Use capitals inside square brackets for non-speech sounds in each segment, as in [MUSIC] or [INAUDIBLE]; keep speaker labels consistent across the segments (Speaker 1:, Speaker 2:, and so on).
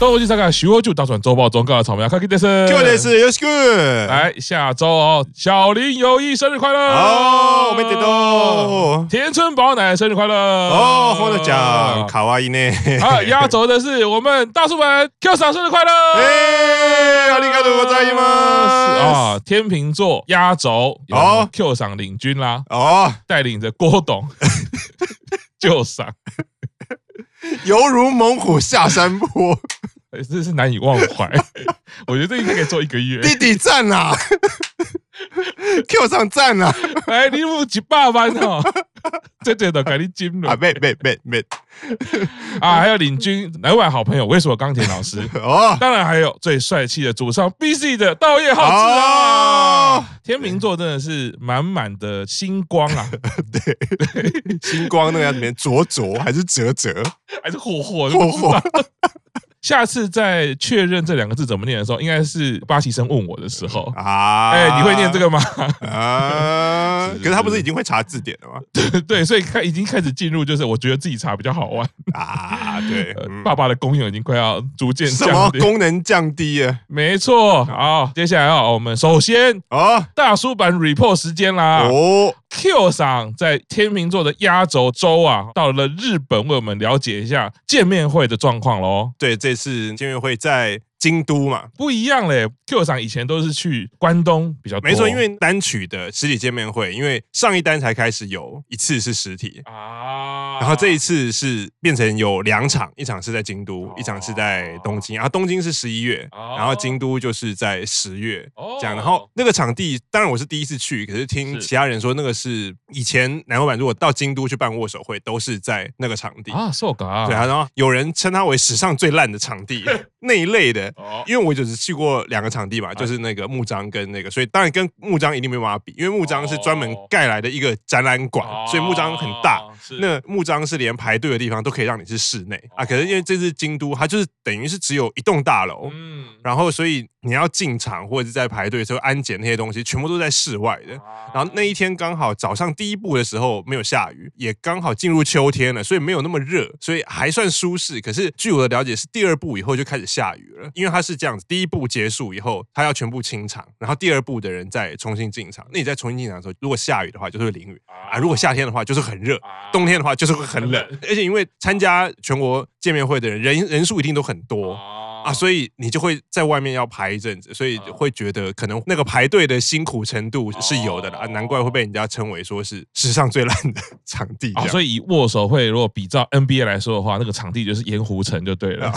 Speaker 1: 周日大概啊徐我就打转周报中告的草莓啊，开机电视，
Speaker 2: 各位的是 Yes Good，
Speaker 1: 来下周哦，小林友谊生日快乐
Speaker 2: 哦，我们得到
Speaker 1: 田村宝奶生日快乐
Speaker 2: 哦，获得奖，卡哇伊呢？
Speaker 1: 啊，
Speaker 2: [LAUGHS]
Speaker 1: 压轴的是我们大叔们 Q 赏生日快乐，
Speaker 2: 哎，ありがとうございます
Speaker 1: 啊，天秤座压轴哦，Q 赏领军啦，
Speaker 2: 哦，
Speaker 1: 带领着郭
Speaker 2: [LAUGHS]
Speaker 1: 董 [LAUGHS] 就赏。
Speaker 2: 犹如猛虎下山坡，
Speaker 1: 这哎是难以忘怀。
Speaker 2: [LAUGHS]
Speaker 1: 我觉得这应该可以做一个月。
Speaker 2: 弟弟赞啊，Q 上赞啊！
Speaker 1: 哎，你有一百万哦， [LAUGHS] 这这都给你金了 [LAUGHS]
Speaker 2: 啊！没没没没
Speaker 1: 啊！还有领军哪位好朋友，为什么钢铁老师？
Speaker 2: [LAUGHS] 哦，
Speaker 1: 当然还有最帅气的主唱 B C 的道叶浩志
Speaker 2: 哦
Speaker 1: 啊！天秤座真的是满满的星光
Speaker 2: [LAUGHS]
Speaker 1: 啊，
Speaker 2: 星光那个要怎么样灼灼还是折折？
Speaker 1: 还是火火火
Speaker 2: 火
Speaker 1: 火。啊下次在确认这两个字怎么念的时候，应该是巴西生问我的时候。
Speaker 2: 啊？
Speaker 1: 哎，你会念这个吗？ [LAUGHS]
Speaker 2: 啊？
Speaker 1: 是
Speaker 2: 可是他不是已经会查字典了吗？
Speaker 1: 对，所以开已经开始进入，就是我觉得自己查比较好玩。
Speaker 2: 啊，对，
Speaker 1: 呃 [LAUGHS]
Speaker 2: 嗯
Speaker 1: 爸爸的功用已经快要逐渐
Speaker 2: 什么
Speaker 1: 降低。
Speaker 2: 功能降低啊？
Speaker 1: 没错，好，接下来啊，我们首先
Speaker 2: 哦
Speaker 1: 大叔版 report 时间啦。
Speaker 2: 哦，
Speaker 1: Q 赏在天秤座的压轴周啊，到了日本为我们了解一下见面会的状况喽。
Speaker 2: 对，这次见面会在京都嘛，
Speaker 1: 不一样嘞，Q 赏以前都是去关东比较多，
Speaker 2: 没错，因为单曲的实体见面会，因为上一单才开始有一次是实体，
Speaker 1: 啊，
Speaker 2: 然后这一次是变成有两场，一场是在京都，一场是在东京。然后东京是十一月，
Speaker 1: 哦
Speaker 2: 然后京都就是在十月
Speaker 1: 哦
Speaker 2: 这样。然后那个场地，当然我是第一次去，可是听
Speaker 1: 是
Speaker 2: 其他人说，那个是以前南欧版如果到京都去办握手会，都是在那个场地。
Speaker 1: 啊，受嘎啊，
Speaker 2: 对啊，然后有人称它为史上最烂的
Speaker 1: [LAUGHS]
Speaker 2: 场地那一类的，
Speaker 1: 哦，
Speaker 2: 因为我就只去过两个场地
Speaker 1: 哎
Speaker 2: 嘛，就是那个木章跟那个，所以当然跟木章一定没办法比，因为木章是专门盖来的一个展览馆，啊所以木章很大。
Speaker 1: 哦，是哦
Speaker 2: 那木章是连排队的地方都可以让你是室内啊，可是因为这次京都，它就是等于是只有一栋大楼，
Speaker 1: 嗯，
Speaker 2: 然后所以你要进场或者是在排队的时候安检那些东西，全部都在室外的。
Speaker 1: 啊
Speaker 2: 然后那一天刚好早上第一步的时候没有下雨，也刚好进入秋天了，所以没有那么热，所以还算舒适。可是据我的了解，是第二步以后就开始下雨了，因为它是这样子：第一步结束以后，它要全部清场，然后第二步的人再重新进场。那你再重新进场的时候，如果下雨的话，就是会淋雨啊；如果夏天的话，就是很热。冬天的话就是会很冷，而且因为参加全国见面会的人人人数一定都很多啊，
Speaker 1: 啊嗯
Speaker 2: 所以你就会在外面要排一阵子，所以会觉得可能那个排队的辛苦程度
Speaker 1: 哦
Speaker 2: 是有的啦，啊难怪会被人家称为说是史上最烂的 [LAUGHS] 场地这
Speaker 1: 啊，
Speaker 2: 样。
Speaker 1: 所以以握手会如果比照 NBA 来说的话，那个场地就是盐湖城就
Speaker 2: [LAUGHS]
Speaker 1: 对了。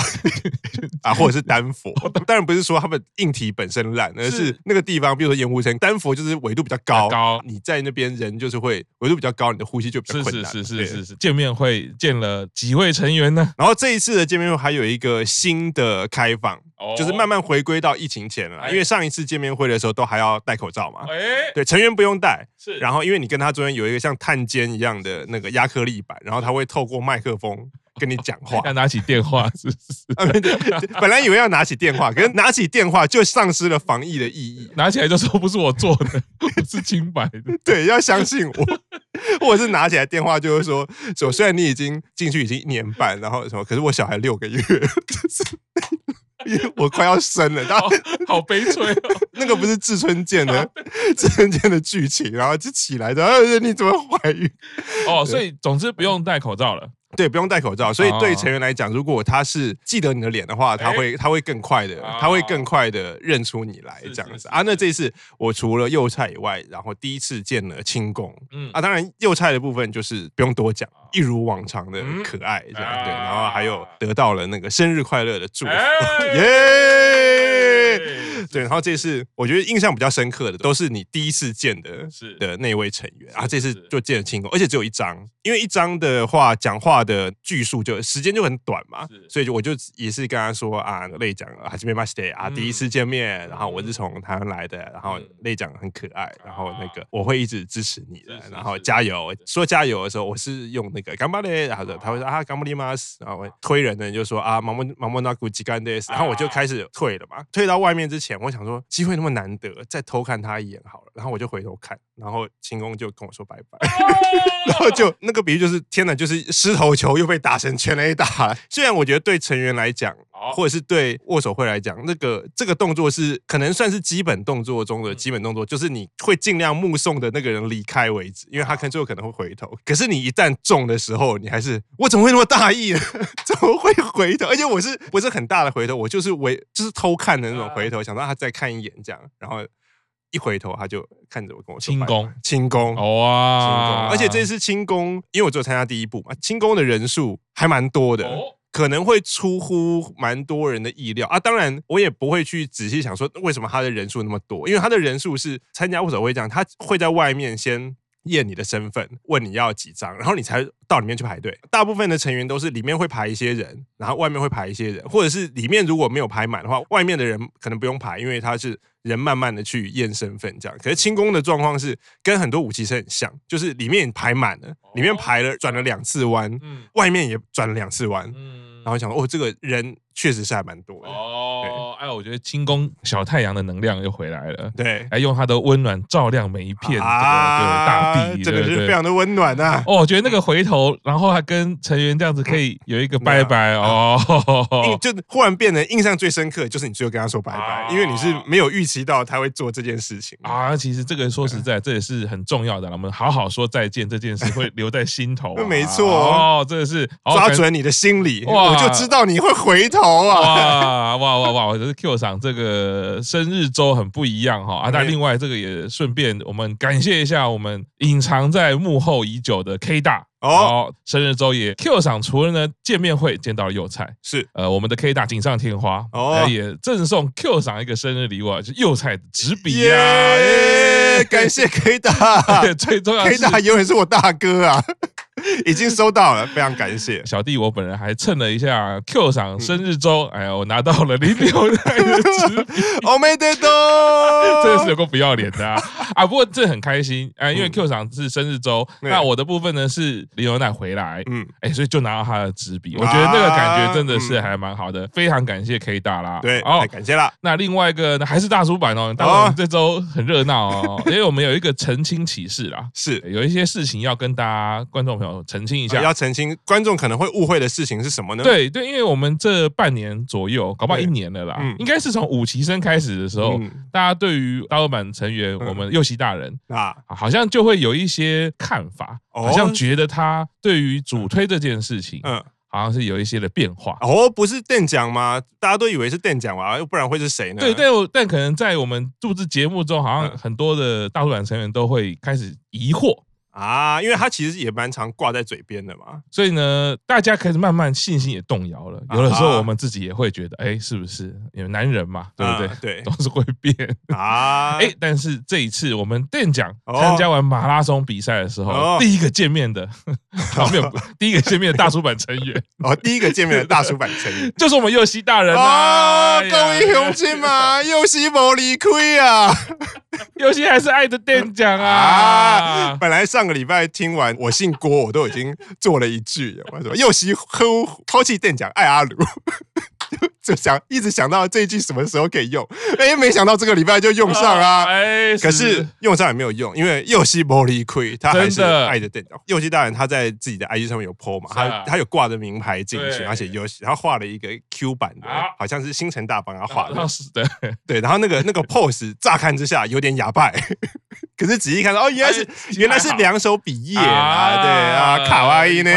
Speaker 2: 啊，或者是丹
Speaker 1: [LAUGHS]
Speaker 2: 佛，当然不是说他们硬体本身烂，而是
Speaker 1: 是
Speaker 2: 那个地方，比如说盐湖城、丹佛，就是纬度比较高，
Speaker 1: 比较高
Speaker 2: 你在那边人就是会纬度比较高，你的呼吸就比较
Speaker 1: 是
Speaker 2: 困
Speaker 1: 是
Speaker 2: 难。
Speaker 1: 是
Speaker 2: 对
Speaker 1: 是是是，见面会见了几位成员呢？
Speaker 2: 然后这一次的见面会还有一个新的开放，
Speaker 1: 哦
Speaker 2: 就是慢慢回归到疫情前了啦。
Speaker 1: 哎
Speaker 2: 因为上一次见面会的时候都还要戴口罩嘛，
Speaker 1: 哎，
Speaker 2: 对，成员不用戴。
Speaker 1: 是
Speaker 2: 然后因为你跟他中间有一个像探监一样的那个亚克力板，然后他会透过麦克风跟你讲话
Speaker 1: 要。哎
Speaker 2: [LAUGHS]
Speaker 1: 拿起电话，是是 [LAUGHS] 是，
Speaker 2: 啊对对对本来以为要拿起电话，可是拿起电话就丧失了防疫的意义。
Speaker 1: 拿起来就说不是我做的， [LAUGHS] 我是清白 [LAUGHS] 的。
Speaker 2: 对，要相信我， [LAUGHS] 或者是拿起来电话就会说说，虽然你已经进去已经一年半，然后什么，可是我小孩六个月， [LAUGHS] 就是因为我快要生了，然
Speaker 1: 好
Speaker 2: 后
Speaker 1: 哦好悲催 [LAUGHS] 哦！
Speaker 2: 那个不是志春健的志春健的剧情，然后就起来的，然后你怎么怀孕？
Speaker 1: 哦，所以总之不用戴口罩了。
Speaker 2: 对，不用戴口罩，所以对
Speaker 1: 哦
Speaker 2: 成员来讲，如果他是记得你的脸的话，他
Speaker 1: 哎
Speaker 2: 会他会更快的
Speaker 1: 哦，
Speaker 2: 他会更快的认出你来
Speaker 1: 是
Speaker 2: 这样
Speaker 1: 是
Speaker 2: 子
Speaker 1: 是
Speaker 2: 啊。那这次我除了幼菜以外，然后第一次见了清宫，
Speaker 1: 嗯
Speaker 2: 啊，当然幼菜的部分就是不用多讲，一如往常的
Speaker 1: 哦嗯
Speaker 2: 可爱这样
Speaker 1: 啊
Speaker 2: 对，然后还有得到了那个生日快乐的祝福，
Speaker 1: 哎
Speaker 2: 耶！对，然后这次我觉得印象比较深刻的都是你第一次见的
Speaker 1: 是
Speaker 2: 的那位成员啊，这次
Speaker 1: 是
Speaker 2: 就见了庆功，而且只有一张，因为一张的话讲话的句数就时间就很短嘛
Speaker 1: 是，
Speaker 2: 所以就我就也是跟他说啊，类讲啊还是没 m a s t e 啊，
Speaker 1: 嗯
Speaker 2: 第一次见面，然后我是从台湾来的，然后
Speaker 1: 嗯
Speaker 2: 类讲很可爱，然后那个
Speaker 1: 啊
Speaker 2: 我会一直支持你的
Speaker 1: 支持，
Speaker 2: 然后
Speaker 1: 支持
Speaker 2: 加油。说加油的时候，我是用那个干巴嘞，然后他会说啊干巴里吗？然后我推人的人就说啊毛毛毛毛那古吉干的，然后我就
Speaker 1: 啊
Speaker 2: 开始退了嘛。退到外面之前，我想说机会那么难得，再偷看他一眼好了。然后我就回头看，然后秦工就跟我说拜拜。 [LAUGHS]
Speaker 1: 哦
Speaker 2: 然后就那个比喻就是，天哪，就是狮头球又被打成全垒打。 [LAUGHS] 虽然我觉得对成员来讲，
Speaker 1: [LAUGHS] 好
Speaker 2: 或者是对握手会来讲，那个这个动作是可能算是基本动作
Speaker 1: 嗯
Speaker 2: 中的基本动作，就是你会尽量目送的那个人离开为止，因为
Speaker 1: 啊
Speaker 2: 他可能最后可能会回头。可是你一旦中的时候，你还是我怎么会那么大意呢？ [LAUGHS] 怎么会回头？而且我是不是很大的回头？我就是为就是偷看的那种回头，
Speaker 1: 嗯
Speaker 2: 想到他再看一眼这样，然后一回头他就看着我跟我说
Speaker 1: 轻
Speaker 2: 拜拜
Speaker 1: 功，
Speaker 2: 轻功。
Speaker 1: 哦哇
Speaker 2: 轻功，！而且这次轻功，因为我只有参加第一部嘛，轻功的人数还蛮多的。
Speaker 1: 哦
Speaker 2: 可能会出乎蛮多人的意料啊！当然，我也不会去仔细想说为什么他的人数那么多，因为他的人数是参加握手会这样，他会在外面先验你的身份，问你要几张，然后你才到里面去排队。大部分的成员都是里面会排一些人，然后外面会排一些人，或者是里面如果没有排满的话，外面的人可能不用排，因为他是人慢慢的去验身份这样。可是轻功的状况是跟很多武器是很像，就是里面排满了，里面排了转了两次弯，
Speaker 1: 嗯
Speaker 2: 外面也转了两次弯。
Speaker 1: 嗯
Speaker 2: 然后想说哦，这个人确实是还蛮多的，
Speaker 1: 哦，哎，我觉得轻功小太阳的能量又回来了。
Speaker 2: 对，
Speaker 1: 还用它的温暖照亮每一片这个对大地，
Speaker 2: 真
Speaker 1: 对
Speaker 2: 的啊是
Speaker 1: 对
Speaker 2: 非常的温暖啊。
Speaker 1: 哦，我觉得那个回头，然后还跟成员这样子可以有一个拜拜
Speaker 2: 啊
Speaker 1: 哦，
Speaker 2: [LAUGHS] 印就忽然变得印象最深刻，的就是你最后跟他说拜拜，
Speaker 1: 啊
Speaker 2: 因为你是没有预期到他会做这件事情啊。
Speaker 1: 啊，其实这个说实在，这也是很重要的啦。我们好好说再见这件事会留在心头啊、
Speaker 2: [LAUGHS] 没错
Speaker 1: 哦，真的是好
Speaker 2: 抓
Speaker 1: 感
Speaker 2: 准你的心理，
Speaker 1: 哇哦
Speaker 2: 我就知道你会回头
Speaker 1: 哇
Speaker 2: 啊！
Speaker 1: 哇哇哇！我觉得 Q 赏这个生日周很不一样哈、啊！那
Speaker 2: 嗯
Speaker 1: 另外这个也顺便我们感谢一下我们隐藏在幕后已久的 K 大
Speaker 2: 哦
Speaker 1: 哦，生日周也 Q 赏除了呢见面会见到了幼菜，
Speaker 2: 是
Speaker 1: 呃我们的 K 大锦上添花
Speaker 2: 哦
Speaker 1: 呃也赠送 Q 赏一个生日礼物啊，就是幼菜的纸笔呀、
Speaker 2: 耶
Speaker 1: 耶，
Speaker 2: 感谢 K 大
Speaker 1: [LAUGHS] 对，最重要的
Speaker 2: ，K
Speaker 1: 是
Speaker 2: 大永远是我大哥啊， [LAUGHS] 已经收到了，非常
Speaker 1: [LAUGHS]
Speaker 2: 感谢。
Speaker 1: 小弟我本人还蹭了一下 Q
Speaker 2: 嗯
Speaker 1: 赏生日周，哎呀，我拿到了零六代的纸笔。
Speaker 2: o m e d e d
Speaker 1: [LAUGHS] 真的是有够不要脸的啊！啊，不过这很开心啊，因为
Speaker 2: 哦嗯
Speaker 1: Q 厂是生日周，
Speaker 2: 对
Speaker 1: 那我的部分呢是李牛奶回来，
Speaker 2: 嗯，
Speaker 1: 哎，所以就拿到他的纸笔，
Speaker 2: 啊
Speaker 1: 我觉得那个感觉真的是还蛮好的，非常感谢 K 大啦。
Speaker 2: 对，
Speaker 1: 哦
Speaker 2: 太，感谢啦。
Speaker 1: 那另外一个呢还是大叔版哦，当然我们这周很热闹哦， [LAUGHS] 因为我们有一个澄清启事啦，
Speaker 2: 是，
Speaker 1: 有一些事情要跟大家观众朋友澄清一下。
Speaker 2: 啊要澄清观众可能会误会的事情是什么呢？，
Speaker 1: 对对，因为我们这半年左右，搞不好
Speaker 2: 对
Speaker 1: 一年了啦，
Speaker 2: 嗯
Speaker 1: 应该是从五期生开始的时候，
Speaker 2: 嗯
Speaker 1: 大家对于大老板成员，
Speaker 2: 嗯
Speaker 1: 我们右席大人，
Speaker 2: 啊，
Speaker 1: 啊好像就会有一些看法，
Speaker 2: 哦
Speaker 1: 好像觉得他对于主推这件事情，
Speaker 2: 嗯，
Speaker 1: 好像是有一些的变化。
Speaker 2: 哦，不是邓奖吗？大家都以为是邓奖啊，要不然会是谁呢？
Speaker 1: 对，但我但可能在我们录制节目中，好像
Speaker 2: 嗯
Speaker 1: 很多的大陆版成员都会开始疑惑，
Speaker 2: 啊，因为他其实也蛮常挂在嘴边的嘛。
Speaker 1: 所以呢，大家开始慢慢信心也动摇了。有的时
Speaker 2: 啊
Speaker 1: 候我们自己也会觉得，哎，是不是有男人嘛，对不对？
Speaker 2: 啊对
Speaker 1: 总是会变。 [LAUGHS]
Speaker 2: 啊，
Speaker 1: 哎，但是这一次我们店长
Speaker 2: 哦
Speaker 1: 参加完马拉松比赛的时
Speaker 2: 哦
Speaker 1: 候，第一个见面的， [LAUGHS] 啊没有，第一个见面的大叔版成员，。
Speaker 2: 哦，第一个见面的大叔版成员
Speaker 1: [LAUGHS] 就是我们右西大人啊！
Speaker 2: 哦，各位乡亲嘛，又是没离开啊！
Speaker 1: 右西还是爱着店长
Speaker 2: 啊
Speaker 1: 啊！，
Speaker 2: 本来上个礼拜听完我姓郭，我都已经做了一句，我说又是呼抛弃店长爱阿鲁， [LAUGHS] 就想一直想到这一句什么时候可以用，哎，没想到这个礼拜就用上啊。
Speaker 1: 哎，
Speaker 2: 可是用上也没有用，因为右西玻璃亏，他还是
Speaker 1: 真的
Speaker 2: 爱着店长。右西大人他在自己的 IG 上面有 PO 嘛，
Speaker 1: 是
Speaker 2: 他
Speaker 1: 啊
Speaker 2: 他有挂着名牌进去，
Speaker 1: 对
Speaker 2: 而且右西，他画了一个 Q 版的
Speaker 1: 啊，
Speaker 2: 好像是星辰大帮他画
Speaker 1: 好
Speaker 2: 的， [LAUGHS]
Speaker 1: 像是的，
Speaker 2: 对，然后那个那个 pose 乍看之下有点哑巴， [LAUGHS] 可是仔细看到哦，原来
Speaker 1: 哎
Speaker 2: 是、 [LAUGHS] 原来是两手比耶啊，
Speaker 1: 啊
Speaker 2: 对啊，卡哇伊呢，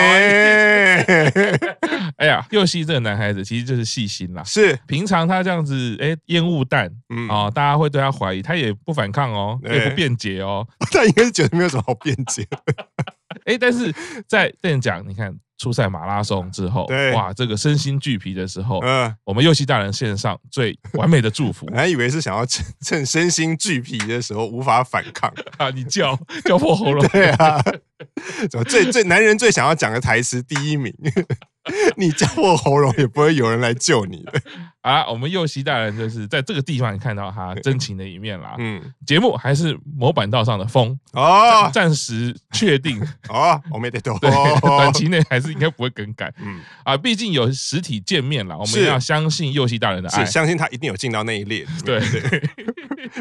Speaker 2: [LAUGHS]
Speaker 1: 哎呀，右西这个男孩子其实就是细心啦。
Speaker 2: 是
Speaker 1: 平常他这样子，哎，烟雾弹
Speaker 2: 嗯，
Speaker 1: 啊，大家会对他怀疑，他也不反抗哦，
Speaker 2: 对
Speaker 1: 也不辩解哦。
Speaker 2: 他应该是觉得没有什么好辩解，
Speaker 1: 哎，但
Speaker 2: [LAUGHS]
Speaker 1: 是在电讲，你看出赛马拉松之后
Speaker 2: 对，
Speaker 1: 哇，这个身心俱疲的时候，
Speaker 2: 嗯，哎
Speaker 1: 我们右西大人献上最完美的祝
Speaker 2: [LAUGHS]
Speaker 1: 福
Speaker 2: 本来以为是想要趁趁身心俱疲的时候无法反抗，
Speaker 1: 啊！你叫叫破喉咙，
Speaker 2: [LAUGHS] 对啊， [LAUGHS] 怎么最最男人最想要讲的台词第一名， [LAUGHS] 你叫破喉咙也不会有人来救你的。
Speaker 1: 啊，我们右西大人就是在这个地方看到他真情的一面啦。
Speaker 2: 嗯，
Speaker 1: 节目还是模板道上的风，
Speaker 2: 哦
Speaker 1: [LAUGHS] 暂时确定，
Speaker 2: 哦，我没得哦多，
Speaker 1: 对， [LAUGHS] 短期内还是应该不会更改
Speaker 2: 嗯，
Speaker 1: 啊。毕竟有实体见面了，我们
Speaker 2: 是
Speaker 1: 要相信右西大人的爱
Speaker 2: 是。相信他一定有进到那一列里面，
Speaker 1: 哎对，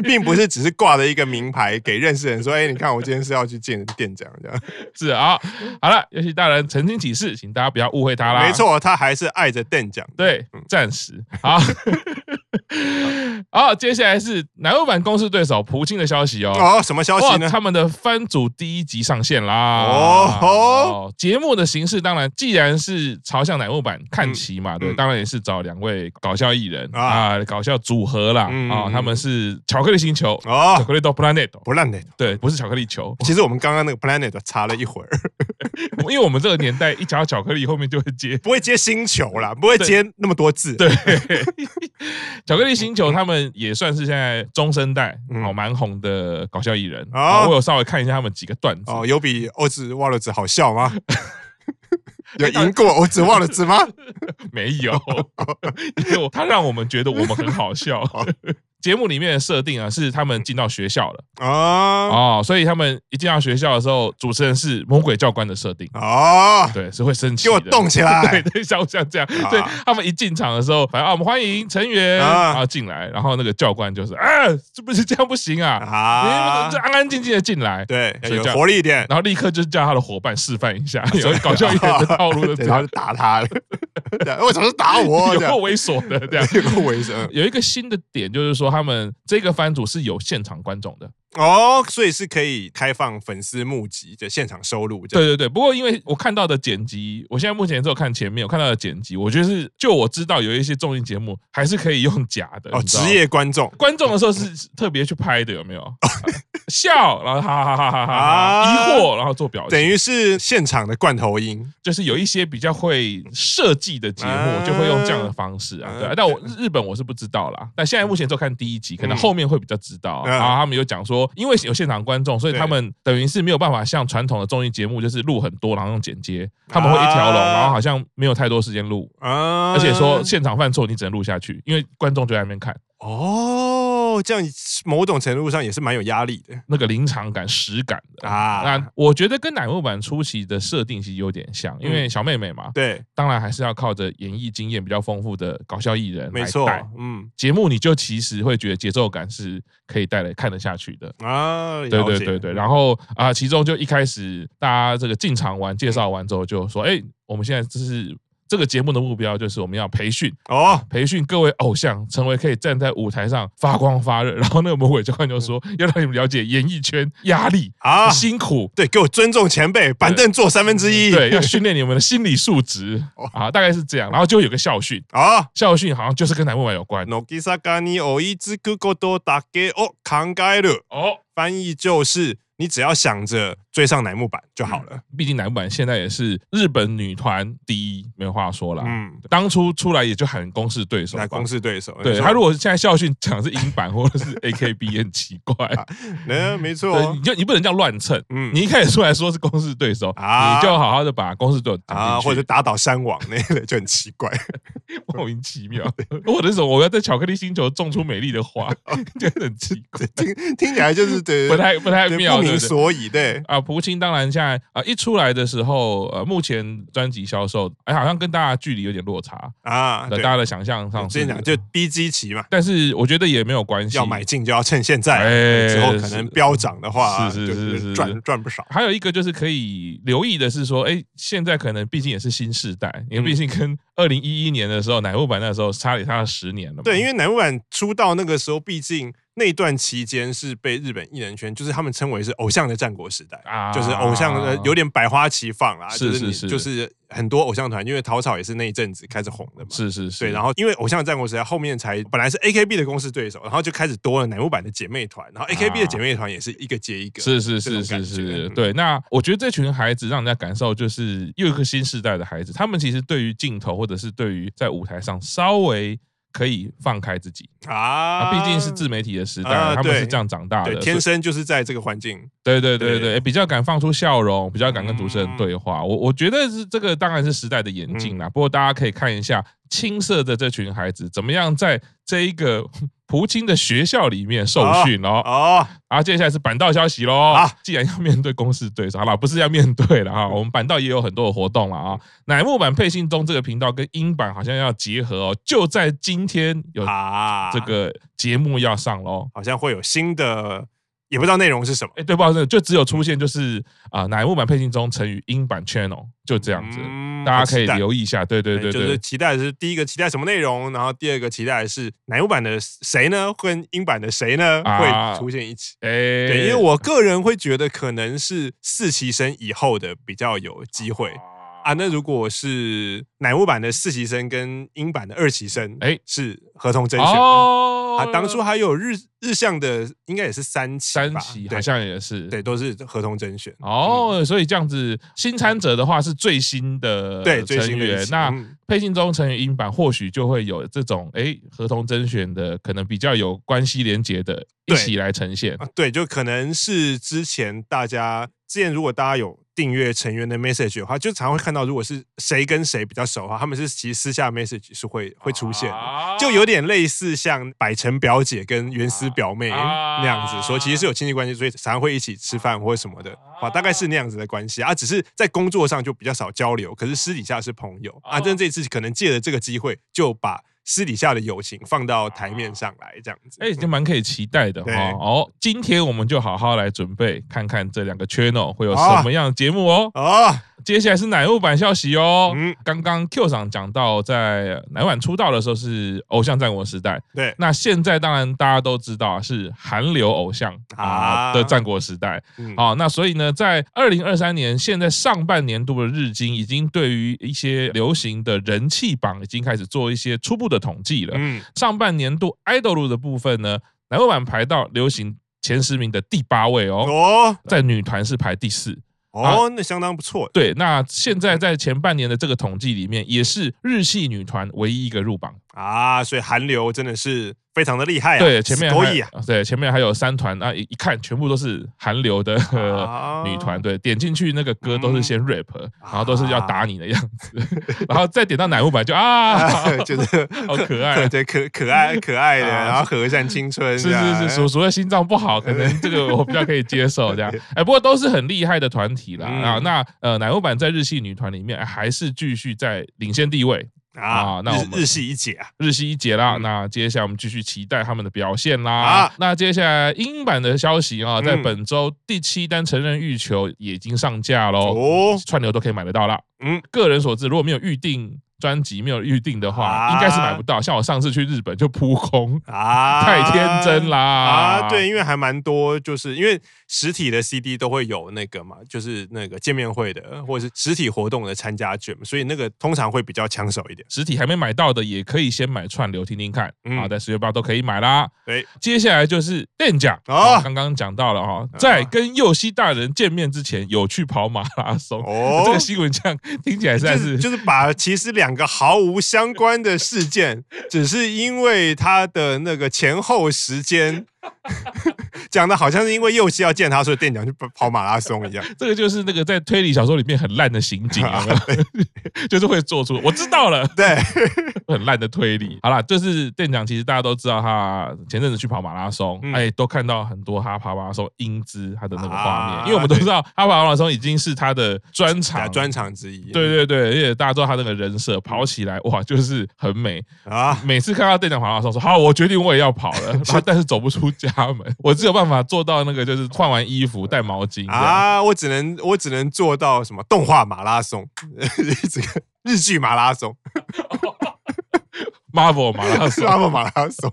Speaker 2: [LAUGHS] 并不是只是挂着一个名牌给认识人说，哎，你看我今天是要去见店长这样，
Speaker 1: 是啊，好了，右西大人曾经起誓，请大家不要误会他啦。
Speaker 2: 没，错，嗯他还是爱着店长，
Speaker 1: 对，暂时好。 [LAUGHS] 好，接下来是南欧版公式对手葡京的消息哦。
Speaker 2: 哦，什么消息
Speaker 1: 哇，
Speaker 2: 呢？
Speaker 1: 他们的番组第一集上线啦！
Speaker 2: 哦吼
Speaker 1: 哦，节目的形式当然既然是朝向乃木坂看齐嘛，对，
Speaker 2: 嗯
Speaker 1: 当然也是找两位搞笑艺人
Speaker 2: 啊
Speaker 1: 啊，搞笑组合啦
Speaker 2: 嗯
Speaker 1: 啊
Speaker 2: 嗯，
Speaker 1: 他们是巧克力星球，巧
Speaker 2: 哦，
Speaker 1: 克力豆 planet，
Speaker 2: 不烂的。
Speaker 1: 对，不是巧克力球， [LAUGHS]
Speaker 2: 其实我们刚刚那个 planet 查了一会儿， [LAUGHS]
Speaker 1: 因为我们这个年代一讲到巧克力，后面就会
Speaker 2: [LAUGHS]
Speaker 1: 接
Speaker 2: 不会接星球啦，不会接那么多字。
Speaker 1: 对，巧克力星球他们也算是现在中生代
Speaker 2: 嗯
Speaker 1: 哦蛮红的搞笑艺人
Speaker 2: 哦
Speaker 1: 啊，我有稍微看一下他们几个段子，
Speaker 2: 哦，有比欧子忘了子好笑
Speaker 1: [LAUGHS]
Speaker 2: 吗？有赢过欧子忘了子吗？
Speaker 1: [LAUGHS] 没有，因为我他让我们觉得我们很好
Speaker 2: [LAUGHS]
Speaker 1: 笑。 [LAUGHS] 节目里面的设定啊，是他们进到学校了
Speaker 2: 啊
Speaker 1: 哦，所以他们一进到学校的时候，主持人是魔鬼教官的设定，
Speaker 2: 哦，
Speaker 1: 对，是会生气
Speaker 2: 给
Speaker 1: 的，
Speaker 2: 我动起来！
Speaker 1: [LAUGHS] 对对，像像这样，
Speaker 2: 啊
Speaker 1: 所以他们一进场的时候，反正啊，我们欢迎成员
Speaker 2: 啊
Speaker 1: 啊进来，然后那个教官就是啊，这不是这样不行啊，你
Speaker 2: 啊
Speaker 1: 们就，安安静静的进来，
Speaker 2: 对，
Speaker 1: 所以
Speaker 2: 有
Speaker 1: 这样
Speaker 2: 活力一点，
Speaker 1: 然后立刻就是叫他的伙伴示范一
Speaker 2: [LAUGHS]
Speaker 1: 下，有搞笑一点的套路的这
Speaker 2: 对然
Speaker 1: 样
Speaker 2: 后就，打他了。 [LAUGHS] 对为什么是打
Speaker 1: [LAUGHS]
Speaker 2: 我？
Speaker 1: 有
Speaker 2: 这样
Speaker 1: 够猥琐的这样，
Speaker 2: 有个尾声
Speaker 1: 有一个新的点，就是说他们这个番组是有现场观众的。
Speaker 2: 哦，所以是可以开放粉丝募集的现场收录，这样
Speaker 1: 对对对，不过因为我看到的剪辑，我现在目前只有看前面，我看到的剪辑，我觉得是就我知道有一些综艺节目还是可以用假的
Speaker 2: 哦，
Speaker 1: 你知道
Speaker 2: 职业观众
Speaker 1: 观众的时候是特别去拍的，有没有？啊笑，然后哈哈哈哈哈哈，
Speaker 2: 啊
Speaker 1: 疑惑，然后做表情，
Speaker 2: 等于是现场的罐头音
Speaker 1: 就是有一些比较会设计的节目
Speaker 2: 啊
Speaker 1: 就会用这样的方式啊，
Speaker 2: 啊
Speaker 1: 对啊。但我日本我是不知道啦，但现在目前就看第一集，可能后面会比较知道啊。
Speaker 2: 嗯
Speaker 1: 然后他们有讲说，因为有现场观众，所以
Speaker 2: 对
Speaker 1: 他们等于是没有办法像传统的综艺节目，就是录很多，然后用剪接，他们会一条龙，
Speaker 2: 啊
Speaker 1: 然后好像没有太多时间录，
Speaker 2: 啊，
Speaker 1: 而且说现场犯错你只能录下去，因为观众就在那边看，
Speaker 2: 哦，这样某种程度上也是蛮有压力的
Speaker 1: 那个临场感、实感的。
Speaker 2: 啊。
Speaker 1: 那我觉得跟乃木坂初期的设定其实有点像，因为
Speaker 2: 嗯
Speaker 1: 小妹妹嘛，
Speaker 2: 对，
Speaker 1: 当然还是要靠着演艺经验比较丰富的搞笑艺人来
Speaker 2: 没错
Speaker 1: 带，
Speaker 2: 嗯
Speaker 1: 节目，你就其实会觉得节奏感是可以带来看得下去的。
Speaker 2: 啊，
Speaker 1: 对对
Speaker 2: 了解
Speaker 1: 对对，然后啊、其中就一开始大家这个进场完介绍完之后，就说：“哎，我们现在这是这个节目的目标，就是我们要培训
Speaker 2: 哦，
Speaker 1: 培训各位偶像，成为可以站在舞台上发光发热。”然后那个魔鬼教官就说：“要让你们了解演艺圈压力、
Speaker 2: 嗯啊，
Speaker 1: 辛
Speaker 2: [LAUGHS]
Speaker 1: 苦，
Speaker 2: 对，给我尊重前辈，板凳坐三分之一，
Speaker 1: 对，要训练你们的心理素质
Speaker 2: [LAUGHS] 哦
Speaker 1: 啊，大概是这样。”然后就有个校训，
Speaker 2: 啊。
Speaker 1: 校训好像就是跟男木板有关
Speaker 2: 乃木坂に追いつくことだけを考える，
Speaker 1: 哦。
Speaker 2: 翻译就是你只要想着追上乃木坂就好了。
Speaker 1: 毕竟乃木坂现在也是日本女团第一，没话说啦。
Speaker 2: 嗯，
Speaker 1: 当初出来也就喊公式对手吧
Speaker 2: 那公式对手，
Speaker 1: 对
Speaker 2: 你说
Speaker 1: 他如果现在校训讲是英版或者是 AKB 也很奇
Speaker 2: [LAUGHS]
Speaker 1: 怪，
Speaker 2: 嗯，没错
Speaker 1: 对，
Speaker 2: 哦
Speaker 1: 你，就你不能这样乱蹭。
Speaker 2: 嗯
Speaker 1: 你一开始出来说是公式对手，
Speaker 2: 啊
Speaker 1: 你就好好的把公式对手
Speaker 2: 啊，
Speaker 1: 讲
Speaker 2: 或
Speaker 1: 进
Speaker 2: 者
Speaker 1: 去，
Speaker 2: 打倒山王那类就很奇怪。
Speaker 1: [LAUGHS]
Speaker 2: [LAUGHS]
Speaker 1: 莫名其妙，或者是我要在巧克力星球种出美丽的
Speaker 2: [LAUGHS]
Speaker 1: 花， [LAUGHS] 就很奇怪，
Speaker 2: 听听起来就是对
Speaker 1: 不太不太
Speaker 2: 对
Speaker 1: 妙，
Speaker 2: 不
Speaker 1: 对
Speaker 2: 明
Speaker 1: 不对？
Speaker 2: 所以，对，
Speaker 1: 啊，蒲青当然现在啊一出来的时候，呃，目前专辑销售，哎，好像跟大家距离有点落差，
Speaker 2: 啊，
Speaker 1: 在
Speaker 2: 对
Speaker 1: 大，家的想象上
Speaker 2: 之
Speaker 1: 是
Speaker 2: 前讲就低基期嘛，
Speaker 1: 但是我觉得也没有关系。
Speaker 2: 要买进就要趁现
Speaker 1: 哎
Speaker 2: 在，之后可能飙涨的话，
Speaker 1: 是是
Speaker 2: 就是
Speaker 1: 是是
Speaker 2: 赚赚不少。
Speaker 1: 还有一个就是可以留意的是说，哎，现在可能毕竟也是新时代，
Speaker 2: 嗯
Speaker 1: 因为毕竟跟二零一一年的时候乃木坂那时候差也差了十年了嘛。
Speaker 2: 对，因为乃木坂出道那个时候，毕竟那段期间是被日本艺人圈，就是他们称为是偶像的战国时代，
Speaker 1: 啊
Speaker 2: 就是偶像的呃有点百花齐放啦，
Speaker 1: 是
Speaker 2: 就是你
Speaker 1: 是是
Speaker 2: 就是很多偶像团，因为桃草也是那一阵子开始红的嘛，
Speaker 1: 是是是，
Speaker 2: 对，然后因为偶像战国时代后面才本来是 A K B 的公司对手，然后就开始多了乃木坂的姐妹团，然后 A K B 的姐妹团也是一个接一
Speaker 1: 啊
Speaker 2: 个，
Speaker 1: 是是
Speaker 2: 这种
Speaker 1: 是
Speaker 2: 感
Speaker 1: 是
Speaker 2: 觉
Speaker 1: 是，
Speaker 2: 嗯
Speaker 1: 对。那我觉得这群孩子让人家感受就是又一个新时代的孩子，他们其实对于镜头或者是对于在舞台上稍微可以放开自己啊，
Speaker 2: 啊，
Speaker 1: 毕竟是自媒体的时代，
Speaker 2: 啊
Speaker 1: 他们
Speaker 2: 对
Speaker 1: 是这样长大的，
Speaker 2: 对
Speaker 1: 所以
Speaker 2: 天生就是在这个环境，
Speaker 1: 对对对
Speaker 2: 对
Speaker 1: 对，比较敢放出笑容，比较敢跟主持人
Speaker 2: 嗯
Speaker 1: 对话。我我觉得是这个当然是时代的演进啦，不过大家可以看一下青涩的这群孩子怎么样在这一个 [LAUGHS] 葡青的学校里面受训哦。
Speaker 2: 哦，
Speaker 1: 啊，接下来是板道消息喽。
Speaker 2: 好
Speaker 1: 既然要面对公式对手，好啦，不是要面对了啊，我们板道也有很多的活动了啊。乃木坂配信中这个频道跟英版好像要结合哦，就在今天有
Speaker 2: 啊，
Speaker 1: 这个节目要上喽。
Speaker 2: 好像会有新的，也不知道内容是什么
Speaker 1: 哎、，对，不好意思，就只有出现就是啊、乃木坂配信中成语英版 channel 就这样子，
Speaker 2: 嗯
Speaker 1: 大家可以。
Speaker 2: 好期待
Speaker 1: 留意一下。对对对
Speaker 2: 哎就
Speaker 1: 对，
Speaker 2: 是期待的是第一个期待什么内容，然后第二个期待的是乃木版的谁呢，跟英版的谁呢
Speaker 1: 啊
Speaker 2: 会出现一起。
Speaker 1: 哎、
Speaker 2: 对，因为我个人会觉得可能是四期生以后的比较有机会啊。那如果是乃木版的四期生跟英版的二期生，哎
Speaker 1: 哎，
Speaker 2: 是合同甄选的。
Speaker 1: 哦，
Speaker 2: 啊，当初还有日日向的，应该也是三期
Speaker 1: 三
Speaker 2: 吧
Speaker 1: 期
Speaker 2: 对
Speaker 1: 好像也是
Speaker 2: 对，都是合同甄选。
Speaker 1: 哦，所以这样子，新参者的话是最新的
Speaker 2: [LAUGHS] 对最
Speaker 1: 成
Speaker 2: 新的一
Speaker 1: 员，
Speaker 2: 期
Speaker 1: 那
Speaker 2: 嗯
Speaker 1: 配信中成员英版或许就会有这种哎、合同甄选的，可能比较有关系连结的，一
Speaker 2: 对
Speaker 1: 起来呈现。
Speaker 2: 啊，对，就可能是之前大家之前如果大家有订阅成员的 message 的话，就常会看到，如果是谁跟谁比较熟的话，他们是其实私下 message 是会会出现的。
Speaker 1: 啊
Speaker 2: 就有点类似像百成表姐跟原丝表妹
Speaker 1: 啊
Speaker 2: 那样子，说其实是有亲戚关系，所以常常会一起吃饭或者什么的，啊，大概是那样子的关系啊，只是在工作上就比较少交流，可是私底下是朋友啊。
Speaker 1: 哦
Speaker 2: 但这次可能借着这个机会，就把私底下的友情放到台面上来，这样子。
Speaker 1: 啊哎，就蛮可以期待的哈、
Speaker 2: 对
Speaker 1: 哦。今天我们就好好来准备，看看这两个 channel 会有
Speaker 2: 好啊
Speaker 1: 什么样的节目哦。
Speaker 2: 哦，
Speaker 1: 接下来是奶木版消息哦。
Speaker 2: 嗯
Speaker 1: 刚刚 Q 上讲到，在奶晚出道的时候是偶像战国时代，
Speaker 2: 对，
Speaker 1: 那现在当然大家都知道啊是韩流偶像啊
Speaker 2: 啊
Speaker 1: 的战国时代。
Speaker 2: 嗯，
Speaker 1: 好、那所以呢，在二零二三年现在上半年度的日经已经对于一些流行的人气榜已经开始做一些初步的统计了。
Speaker 2: 嗯，
Speaker 1: 上半年度 idol 路的部分呢，乃木坂排到流行前十名的第八位哦，
Speaker 2: 哦
Speaker 1: 在女团是排第四。啊
Speaker 2: 哦，那相当不错，
Speaker 1: 对，那现在在前半年的这个统计里面，也是日系女团唯一一个入榜。
Speaker 2: 啊，所以韩流真的是非常的厉害啊，
Speaker 1: 对，前面
Speaker 2: 可
Speaker 1: 还
Speaker 2: 以啊，
Speaker 1: 对前面还有三团啊，一一看全部都是韩流的。呃
Speaker 2: 啊
Speaker 1: [LAUGHS]
Speaker 2: 嗯
Speaker 1: 女团对，点进去那个歌都是先 rap，、然后都是
Speaker 2: 啊
Speaker 1: 要打你的样子，然后再点到乃木坂就
Speaker 2: [LAUGHS]
Speaker 1: 啊，[LAUGHS]
Speaker 2: [LAUGHS] 啊就是
Speaker 1: 好可爱
Speaker 2: [LAUGHS] 对，可可爱可爱的，
Speaker 1: 啊
Speaker 2: 然后和善青春，
Speaker 1: 是
Speaker 2: 这样啊
Speaker 1: 是是，叔叔的心脏不好，可能这个我比较可以接受
Speaker 2: [LAUGHS]
Speaker 1: 这样。哎，不过都是很厉害的团体啦
Speaker 2: 嗯
Speaker 1: 啊。那呃，奶油版在日系女团里面哎还是继续在领先地位，
Speaker 2: 啊
Speaker 1: 啊，那我
Speaker 2: 日
Speaker 1: 们
Speaker 2: 日系一姐啊，
Speaker 1: 日系一姐啦。
Speaker 2: 嗯
Speaker 1: 那接下来我们继续期待他们的表现
Speaker 2: 啊
Speaker 1: 啦。那接下来英版的消息啊，在
Speaker 2: 嗯
Speaker 1: 本周第七单成人预求也已经上架喽，
Speaker 2: 哦，
Speaker 1: 串流都可以买得到啦。
Speaker 2: 嗯
Speaker 1: 嗯，个人所知，如果没有预定。专辑没有预定的话，
Speaker 2: 啊
Speaker 1: 应该是买不到。像我上次去日本就扑空，
Speaker 2: 啊，
Speaker 1: 太天真啦！
Speaker 2: 啊，对，因为还蛮多，就是因为实体的 CD 都会有那个嘛，就是那个见面会的或者是实体活动的参加券，所以那个通常会比较抢手一点。
Speaker 1: 实体还没买到的，也可以先买串流听听看
Speaker 2: 嗯
Speaker 1: 啊，在十月八都可以买啦。
Speaker 2: 对，
Speaker 1: 接下来就是店长
Speaker 2: 哦
Speaker 1: 啊，刚刚讲到了哈，在跟右西大人见面之前，有去跑马拉松。[LAUGHS]
Speaker 2: 哦
Speaker 1: 这个新闻这样听起来实在
Speaker 2: 就是
Speaker 1: 是
Speaker 2: 就是把其实两个毫无相关的事件，只是因为他的那个前后时间 [LAUGHS] 讲的好像是因为佑希要见他，所以店长去跑跑马拉松一样。
Speaker 1: 这个就是那个在推理小说里面很烂的刑警，有没有就是会做出我知道了
Speaker 2: 对，
Speaker 1: 很烂的推理。好啦，就是店长，其实大家都知道他前阵子去跑马拉松，
Speaker 2: 嗯
Speaker 1: 哎，都看到很多他跑马拉松英姿他的那个画面，
Speaker 2: 啊
Speaker 1: 因为我们都知道他跑马拉松已经是他的专
Speaker 2: 啊
Speaker 1: 场
Speaker 2: 专场之一。
Speaker 1: 对对对，而且大家知道他那个人设跑起来哇，就是很美。
Speaker 2: 啊，
Speaker 1: 每次看到店长跑马拉松，说好，我决定我也要跑
Speaker 2: [LAUGHS]
Speaker 1: 了，然后但是走不出家门，我只有办法做到那个就是换完衣服带毛巾这样。
Speaker 2: 啊，我只能我只能做到什么动画马拉松， [LAUGHS] 这个日
Speaker 1: [LAUGHS]
Speaker 2: 剧马拉松，
Speaker 1: Marvel 马拉松
Speaker 2: [LAUGHS] 是，他们马拉松，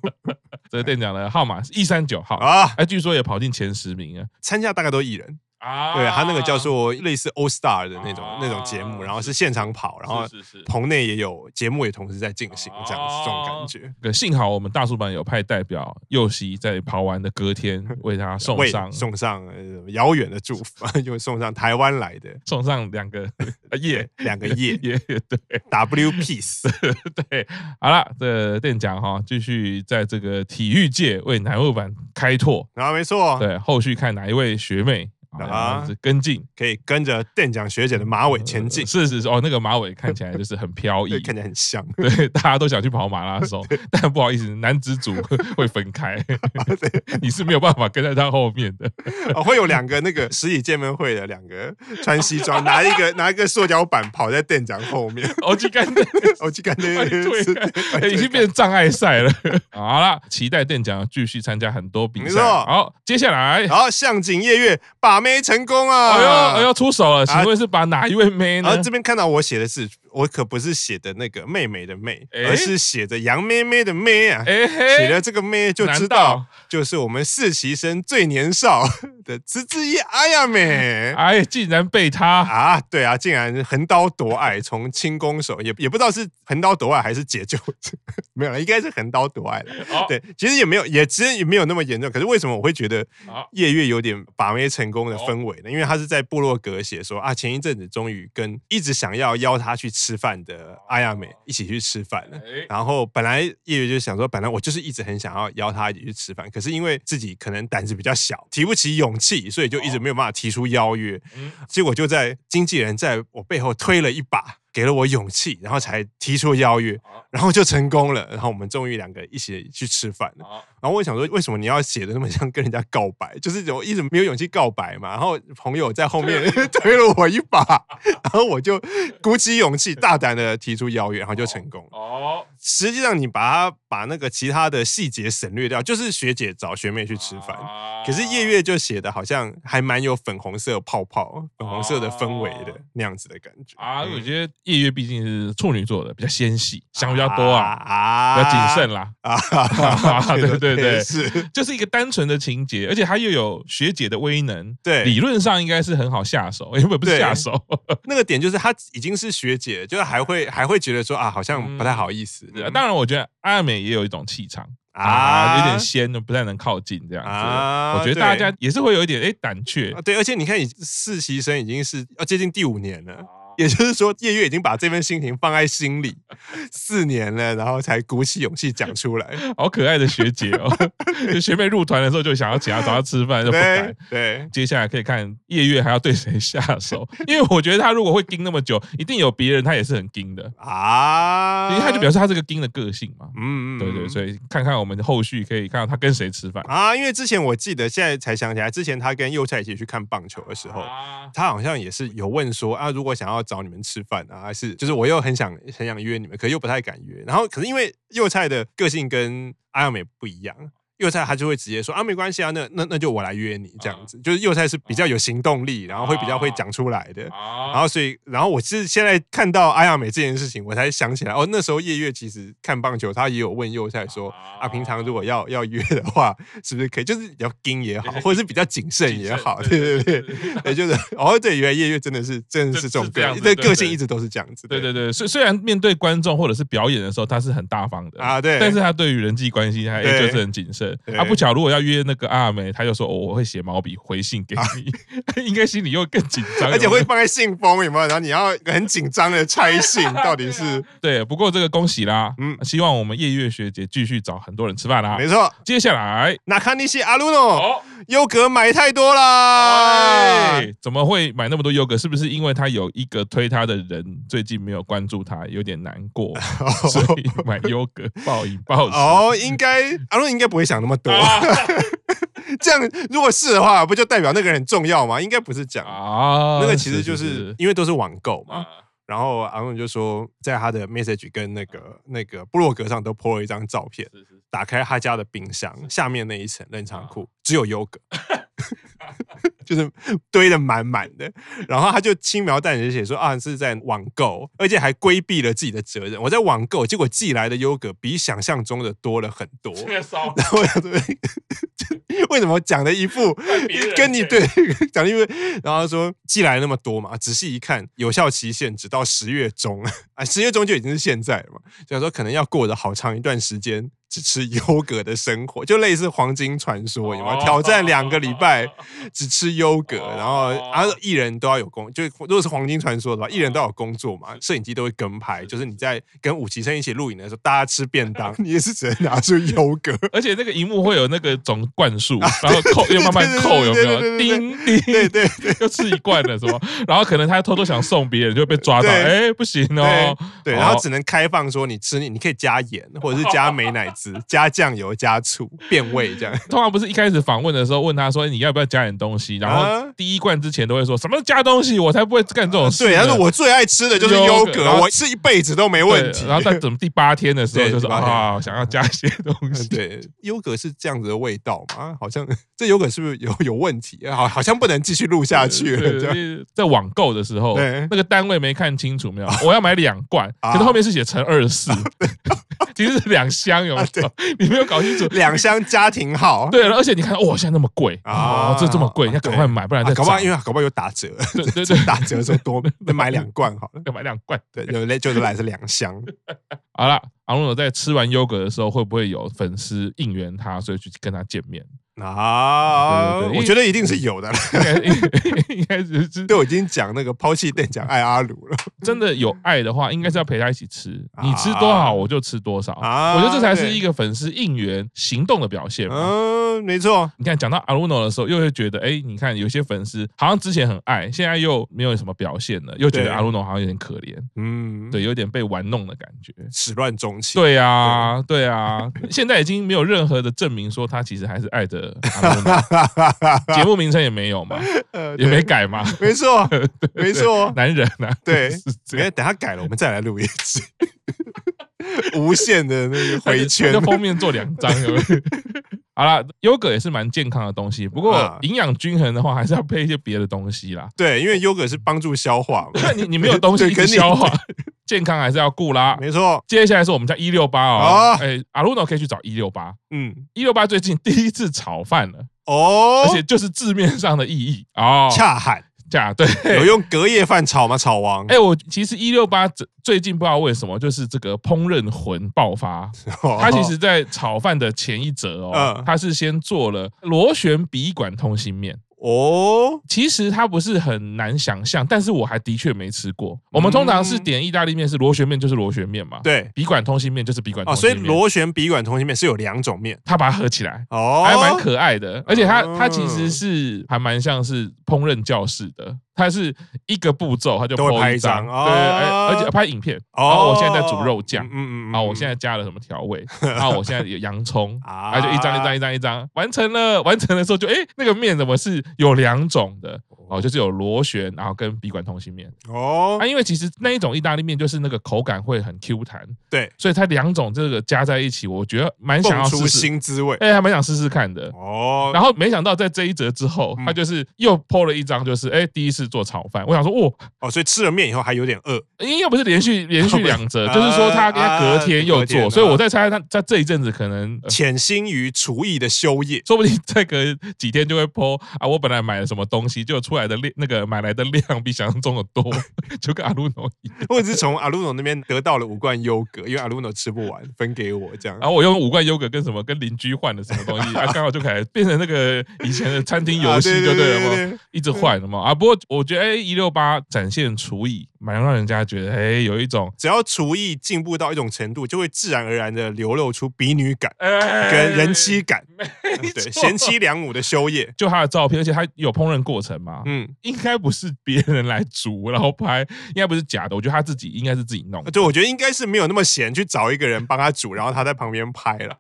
Speaker 1: 这个店长的号码是一三九号，
Speaker 2: 啊，
Speaker 1: 哎，据说也跑进前十名啊。
Speaker 2: 参加大概都艺人，
Speaker 1: 啊
Speaker 2: 对他那个叫做类似 All Star 的那种
Speaker 1: 啊
Speaker 2: 那种节目，然后是现场跑，然后
Speaker 1: 是是是。
Speaker 2: 棚内也有节目也同时在进行，这样子这种感觉。
Speaker 1: 对幸好我们大叔版有派代表右希，在跑完的隔天为他送
Speaker 2: 为 [LAUGHS]
Speaker 1: 上
Speaker 2: 送上呃遥远的祝福， [LAUGHS] 又送上台湾来的
Speaker 1: 送上两个 [LAUGHS] 啊耶
Speaker 2: [LAUGHS] 两个
Speaker 1: [LAUGHS]
Speaker 2: 夜
Speaker 1: 耶对
Speaker 2: W
Speaker 1: [LAUGHS]
Speaker 2: Peace，
Speaker 1: 对，好了，这店长哈，继续在这个体育界为南木板开拓，
Speaker 2: 然后没错，
Speaker 1: 对，后续看哪一位学妹啊
Speaker 2: 啊
Speaker 1: 然后是跟进
Speaker 2: 可以跟着店长学姐的马尾前进
Speaker 1: 呃，是是是哦，那个马尾看起来就是很飘逸
Speaker 2: [LAUGHS] 对，，看起来很像，
Speaker 1: [LAUGHS] 对，大家都想去跑马拉
Speaker 2: [LAUGHS]
Speaker 1: 松，但不好意思，男子组会分开，你是没有办法跟在他后面的。 [LAUGHS]
Speaker 2: 哦，会有两个那个实体见面会的两个穿西装，拿一个拿一个塑胶板跑在店长后面，
Speaker 1: 我去哦干的，
Speaker 2: 我去看这
Speaker 1: 快
Speaker 2: 个 [LAUGHS]
Speaker 1: 退开，哎已经变成障碍赛了。 [LAUGHS] 好了，期待店长继续参加很多比
Speaker 2: 没
Speaker 1: 赛。
Speaker 2: 错
Speaker 1: 好，接下来，
Speaker 2: 然后向景夜月把妹成功啊！
Speaker 1: 哎呦哎呦，出手了，请问是把哪一位妹呢
Speaker 2: 然后？啊这边看到我写的是，我可不是写的那个妹妹的妹，
Speaker 1: 哎
Speaker 2: 而是写着杨妹妹的妹啊。
Speaker 1: 哎
Speaker 2: 写
Speaker 1: 嘿，
Speaker 2: 了这个妹就知
Speaker 1: 难
Speaker 2: 道
Speaker 1: 道，
Speaker 2: 就是我们四期生最年少 [LAUGHS] 的孜孜一阿
Speaker 1: [LAUGHS]
Speaker 2: 亚美
Speaker 1: 哎，竟然被他
Speaker 2: 啊！对啊，竟然横刀夺爱，从轻攻手也也不知道是横刀夺爱还是解救， [LAUGHS] 没有了，应该是横刀夺爱了。
Speaker 1: 哦
Speaker 2: 对，其实也没有，也其实也没有那么严重。可是为什么我会觉得
Speaker 1: 好
Speaker 2: 夜月有点把妹成功的氛围呢？因为他是在部落格写说啊，前一阵子终于跟一直想要邀他去吃饭的阿亚美一起去吃饭了。
Speaker 1: 哎
Speaker 2: 然后本来叶月就想说，本来我就是一直很想要邀他一起去吃饭，可是因为自己可能胆子比较小，提不起勇气，所以就一直没有办法提出邀约。
Speaker 1: 嗯
Speaker 2: 结果就在经纪人在我背后推了一把，给了我勇气，然后才提出邀约
Speaker 1: 好，
Speaker 2: 然后就成功了。然后我们终于两个一起去吃饭了。
Speaker 1: 好
Speaker 2: 然后我也想说，为什么你要写的那么像跟人家告白？就是我一直没有勇气告白嘛。然后朋友在后面 [LAUGHS] 推了我一把，然后我就鼓起勇气，大胆的提出邀约，然后就成功了。
Speaker 1: 哦，
Speaker 2: 实际上，你把它把那个其他的细节省略掉，就是学姐找学妹去吃饭。
Speaker 1: 啊
Speaker 2: 可是夜月就写的好像还蛮有粉红色泡泡、粉红色的氛围的那样子的感觉
Speaker 1: 啊，我
Speaker 2: 嗯
Speaker 1: 觉得夜月毕竟是处女座的，比较纤细，想比较多啊，比
Speaker 2: 啊
Speaker 1: 较谨慎啦。 [LAUGHS]
Speaker 2: 啊
Speaker 1: 对对对
Speaker 2: 是，
Speaker 1: 就是一个单纯的情节，而且它又有学姐的威能，
Speaker 2: 对
Speaker 1: 理论上应该是很好下手，原本不是
Speaker 2: 对
Speaker 1: 下手， [LAUGHS]
Speaker 2: 那个点就是她已经是学姐，就是还会还会觉得说啊，好像不太好意思，
Speaker 1: 当然我觉得阿美也有一种气场
Speaker 2: 啊
Speaker 1: 嗯啊，有点仙，不太能靠近这样
Speaker 2: 啊
Speaker 1: 子。我觉得大家也是会有一点哎胆怯
Speaker 2: 啊，对，而且你看，你实习生已经是要接近第五年了，
Speaker 1: 哦
Speaker 2: 也就是说，叶月已经把这份心情放在心里四年了，然后才鼓起勇气讲出来。
Speaker 1: 好可爱的学姐哦， [LAUGHS] 就学妹入团的时候就想要请她找她吃饭，就不敢
Speaker 2: 对。对，
Speaker 1: 接下来可以看夜月还要对谁下
Speaker 2: [LAUGHS]
Speaker 1: 手，因为我觉得他如果会盯那么久，一定有别人他也是很盯的，因
Speaker 2: 啊，
Speaker 1: 为他就表示他这个盯的个性嘛。
Speaker 2: 嗯，嗯嗯，
Speaker 1: 对对，所以看看我们后续可以看到他跟谁吃饭。
Speaker 2: 啊，因为之前我记得，现在才想起来，之前他跟幼菜一起去看棒球的时候。
Speaker 1: 啊
Speaker 2: 他好像也是有问说啊，如果想要找你们吃饭啊，还是就是我又很想很想约你们，可又不太敢约。然后可是因为幼菜的个性跟阿耀美不一样，幼菜他就会直接说啊，没关系啊，那那那就我来约你这样子。就是幼菜是比较有行动力，然后会比较会讲出来的。然
Speaker 1: 啊，
Speaker 2: 后所以，然后我是现在看到阿亚美这件事情，我才想起来哦，那时候夜月其实看棒球，他也有问幼菜说啊，平常如果要要约的话，是不是可以就是比较盯也好，或者是比较谨慎也好，对对对。也就是哦，对，原来夜月真的是真的是这种
Speaker 1: 是这样
Speaker 2: 个
Speaker 1: 子
Speaker 2: 对
Speaker 1: 对
Speaker 2: 个性
Speaker 1: 对
Speaker 2: 一直都是这样
Speaker 1: [LAUGHS]
Speaker 2: 子，
Speaker 1: 对对对，虽虽然面对观众或者是表演的时候，他是很大方的
Speaker 2: 啊对
Speaker 1: 但是他对于人际关系，他
Speaker 2: 对
Speaker 1: 也就是很谨慎
Speaker 2: 对。
Speaker 1: 啊，不巧如果要约那个阿美，他就说、哦、我会写毛笔回信给你， [LAUGHS] 应该心里又更紧张，
Speaker 2: 啊而且
Speaker 1: 有没
Speaker 2: 会
Speaker 1: 有
Speaker 2: 放在信封，有没有？然后你要很紧张的拆
Speaker 1: [LAUGHS]
Speaker 2: 信，到底是
Speaker 1: 对。不过这个恭喜啦，
Speaker 2: 嗯
Speaker 1: 嗯，希望我们夜月学姐继续找很多人吃饭啦
Speaker 2: 没。错。
Speaker 1: 接下来，
Speaker 2: 那看利西阿鲁诺
Speaker 1: 啊哦，
Speaker 2: 优格买太多啦，
Speaker 1: 哎，怎么会买那么多优格？是不是因为他有一个推他的人最近没有关注他，有点难过，所以买优格暴饮暴食？
Speaker 2: 哦，应该阿伦应该不会想那么多。
Speaker 1: 啊
Speaker 2: 这样如果是的话，不就代表那个人很重要吗？应该不是这样，
Speaker 1: 啊，
Speaker 2: 那个其实就是因为都是网购嘛。然后阿伦就说，在他的 message 跟那个那个部落格上都 po 了一张照片，
Speaker 1: 是是
Speaker 2: 打开他家的冰箱下面那一层冷藏库只有优格， [LAUGHS] 就是堆的满满的。然后他就轻描淡写写说啊是在网购，而且还规避了自己的责任。我在网购，结果寄来的优格比想象中的多了很多。 [LAUGHS]
Speaker 1: 这个骚
Speaker 2: 然后我想说， [LAUGHS] 为什么讲的一副
Speaker 1: 别人
Speaker 2: 跟你
Speaker 1: 对
Speaker 2: 对 [LAUGHS] 讲的因为，然后他说寄来那么多嘛，仔细一看，有效期限只到十月中啊，十月中就已经是现在了嘛，所以说可能要过得好长一段时间只吃优格的生活，就类似黄金传说，有没有？挑战两个礼拜只吃优格，
Speaker 1: 哦
Speaker 2: 然后然后艺人都要有工，就是如果是黄金传说的话，艺人都要有工作嘛，摄影机都会跟拍，就是你在跟武奇生一起录影的时候，大家吃便当， [LAUGHS] 你也是只能拿出优格。
Speaker 1: 而且那个荧幕会有那个总灌数，然后扣又慢慢扣，有没
Speaker 2: 对对
Speaker 1: 有？
Speaker 2: 对对
Speaker 1: 叮叮，
Speaker 2: [LAUGHS] 对对
Speaker 1: [LAUGHS] 又吃一罐了什么？然后可能他偷偷想送别人，就被抓到，
Speaker 2: 对
Speaker 1: 哎，不行哦。
Speaker 2: 对，
Speaker 1: 哦
Speaker 2: 然后只能开放说你吃你，你可以加盐，或者是加美乃滋、加酱油、加醋变味这样。
Speaker 1: 通常不是一开始访问的时候问他说你要不要加点东西，然后
Speaker 2: 啊
Speaker 1: 第一罐之前都会说什么加东西，我才不会干这种事呢。
Speaker 2: 对，他说我最爱吃的就是
Speaker 1: 优
Speaker 2: 优
Speaker 1: 格
Speaker 2: 格
Speaker 1: 然，后
Speaker 2: 我吃一辈子都没
Speaker 1: 对
Speaker 2: 问题。
Speaker 1: 然后 [LAUGHS] 在怎么第八天的时候
Speaker 2: 对
Speaker 1: 就是
Speaker 2: 第八天
Speaker 1: 啊，想要加一些东西。
Speaker 2: [LAUGHS] 对，优格是这样子的味道嘛？好像这优格是不是有有问题？好，好像不能继续录下去了。
Speaker 1: 对
Speaker 2: 这
Speaker 1: 就
Speaker 2: 样
Speaker 1: 是在网购的时候，
Speaker 2: 对
Speaker 1: 那个单位没看清楚，没有，我要买两罐，
Speaker 2: 啊
Speaker 1: 可是后面是写乘二
Speaker 2: [LAUGHS]
Speaker 1: 四， [LAUGHS] 其实是两箱，有没
Speaker 2: 啊对
Speaker 1: 有？ [LAUGHS] 你没有搞清楚。
Speaker 2: 两箱家庭号，
Speaker 1: [LAUGHS] 对，而且你看，哇，现在那么贵
Speaker 2: 啊
Speaker 1: 哦，这这么贵，要赶快买，不然
Speaker 2: 啊
Speaker 1: 再
Speaker 2: 搞不好
Speaker 1: 涨
Speaker 2: 因为搞不好有打折，
Speaker 1: 对对对，
Speaker 2: 打折的时候多再买两罐好了。
Speaker 1: 要买两罐。
Speaker 2: 对，
Speaker 1: [LAUGHS]
Speaker 2: 就类就是来自两箱。
Speaker 1: 好了，阿龙在吃完优格的时候，会不会有粉丝应援他，所以去跟他见面？
Speaker 2: 啊，
Speaker 1: 对对对
Speaker 2: 我觉得一定是有的啦。 [LAUGHS]
Speaker 1: 应该应该只是
Speaker 2: 对，我已经讲那个抛弃店讲爱阿鲁了。
Speaker 1: 真的有爱的话，应该是要陪他一起吃。
Speaker 2: 啊
Speaker 1: 你吃多少，我就吃多少。
Speaker 2: 啊
Speaker 1: 我觉得这才是
Speaker 2: 对
Speaker 1: 一个粉丝应援行动的表现嘛。
Speaker 2: 嗯，没错，
Speaker 1: 你看讲到阿鲁诺的时候，又会觉得，哎，你看有些粉丝好像之前很爱，现在又没有什么表现了，又觉
Speaker 2: 对
Speaker 1: 得阿鲁诺好像有点可怜，
Speaker 2: 嗯，，
Speaker 1: 对，有点被玩弄的感觉。
Speaker 2: 始乱终弃。，
Speaker 1: 对啊，对啊，现在已经没有任何的证明说他其实还是爱着阿鲁
Speaker 2: [LAUGHS]
Speaker 1: 诺，节目名称也没有嘛，
Speaker 2: [LAUGHS] 呃，
Speaker 1: 也
Speaker 2: 对
Speaker 1: 没改嘛，
Speaker 2: 没错，没错。
Speaker 1: 男人啊， [LAUGHS]
Speaker 2: 对
Speaker 1: 是这
Speaker 2: 因
Speaker 1: 样
Speaker 2: 为。等他改了，我们再来录一次。 [LAUGHS] 无限的那个
Speaker 1: 他
Speaker 2: 回
Speaker 1: 就
Speaker 2: 圈
Speaker 1: 他就，封面做两张。有没有 [LAUGHS] 好啦，优格也是蛮健康的东西，不过
Speaker 2: 啊
Speaker 1: 营养均衡的话，还是要配一些别的东西
Speaker 2: [LAUGHS]
Speaker 1: 啦。
Speaker 2: 对，因为优格是帮助消化嘛，
Speaker 1: 那你你没有东西
Speaker 2: 对
Speaker 1: 一直
Speaker 2: 跟你
Speaker 1: 消化，健康还是要顾啦。
Speaker 2: [LAUGHS] 没错，
Speaker 1: 接下来是我们家一六八哦
Speaker 2: 哦，
Speaker 1: 哎，阿鲁诺可以去找一六八。
Speaker 2: 嗯，
Speaker 1: 一六八最近第一次炒饭了，
Speaker 2: 哦
Speaker 1: 而，且就是字面上的意义哦，
Speaker 2: 恰喊
Speaker 1: 恰对。
Speaker 2: 有用隔夜饭炒吗？炒王 [LAUGHS]
Speaker 1: 哎，我其实一六八最近不知道为什么，就是这个烹饪魂爆发，
Speaker 2: 哦
Speaker 1: 他其实，在炒饭的前一折哦
Speaker 2: 嗯，
Speaker 1: 他是先做了螺旋笔管通心面。
Speaker 2: 哦，
Speaker 1: 其实它不是很难想象，但是我还的确没吃过。我们通常是点意大利面，是螺旋面就是螺旋面嘛，，
Speaker 2: 嗯对
Speaker 1: 笔管通心面就是笔管通
Speaker 2: 哦，所以
Speaker 1: 心面。
Speaker 2: 螺旋笔管通心面是有两种面
Speaker 1: 它把它合起来，
Speaker 2: 哦，
Speaker 1: 还蛮可爱的。而且它
Speaker 2: 哦
Speaker 1: 它其实是还蛮像是烹饪教室的，它是一个步骤，它就
Speaker 2: 都会
Speaker 1: po
Speaker 2: 拍
Speaker 1: 一
Speaker 2: 一
Speaker 1: 张，
Speaker 2: 张
Speaker 1: 对，
Speaker 2: 哦
Speaker 1: 哎而且拍影片。然后
Speaker 2: 哦，
Speaker 1: 我现在在煮肉酱
Speaker 2: 嗯。嗯嗯
Speaker 1: 啊！我现
Speaker 2: 在
Speaker 1: 在加了什么调味？
Speaker 2: [LAUGHS]
Speaker 1: 啊，我现在有洋葱，
Speaker 2: 啊
Speaker 1: 啊，就一张一张一张一张完成了。完成的时候就哎，那个面怎么是有两种的？哦，就是有螺旋，然后跟笔管通心面。
Speaker 2: 哦
Speaker 1: 啊，，因为其实那一种意大利面就是那个口感会很 Q 弹，
Speaker 2: 对，
Speaker 1: 所以它两种这个加在一起，我觉得蛮想
Speaker 2: 蹦
Speaker 1: 要
Speaker 2: 出
Speaker 1: 试试，
Speaker 2: 新滋味
Speaker 1: 哎，还蛮想试试看的。
Speaker 2: 哦，
Speaker 1: 然后没想到在这一折之后，
Speaker 2: 嗯
Speaker 1: 他就是又 PO 了一张，就是哎第一次做炒饭，我想说哇，
Speaker 2: 哦，所以吃了面以后还有点饿，
Speaker 1: 因为又不是连续连续两折，
Speaker 2: [LAUGHS] 啊
Speaker 1: 就是说他他
Speaker 2: 啊
Speaker 1: 隔天又
Speaker 2: 隔天
Speaker 1: 做，
Speaker 2: 啊
Speaker 1: 所以我在猜他在这一阵子可能。呃
Speaker 2: 潜心于厨艺的
Speaker 1: [LAUGHS]
Speaker 2: 修业。
Speaker 1: 说不定再隔几天就会 PO 啊！我本来买了什么东西，就出来的量那个买来的量比想象中的多， [LAUGHS] 就跟阿鲁诺一样。
Speaker 2: 或者是从阿鲁诺那边得到了五罐优格，因为阿鲁诺吃不完，分给我这样。
Speaker 1: 然后我用五罐优格跟什么跟邻居换的什么东西，
Speaker 2: [LAUGHS]
Speaker 1: 啊，刚好就开始变成那个以前的餐厅游戏，
Speaker 2: 啊
Speaker 1: 就对了
Speaker 2: 对
Speaker 1: 嘛，一直换
Speaker 2: 嗯
Speaker 1: 了嘛。啊，不过我觉得哎，一六八展现厨艺，蛮让人家觉得哎有一种
Speaker 2: 只要厨艺进步到一种程度，就会自然而然的流露出比女感
Speaker 1: 哎
Speaker 2: 跟人妻感，嗯
Speaker 1: 错
Speaker 2: 对贤妻良母的修业。
Speaker 1: 就他的照片，而且他有烹饪过程嘛，
Speaker 2: 嗯，
Speaker 1: 应该不是别人来煮然后拍，应该不是假的，我觉得他自己应该是自己弄的。
Speaker 2: 对，我觉得应该是没有那么闲去找一个人帮他煮，然后他在旁边拍了，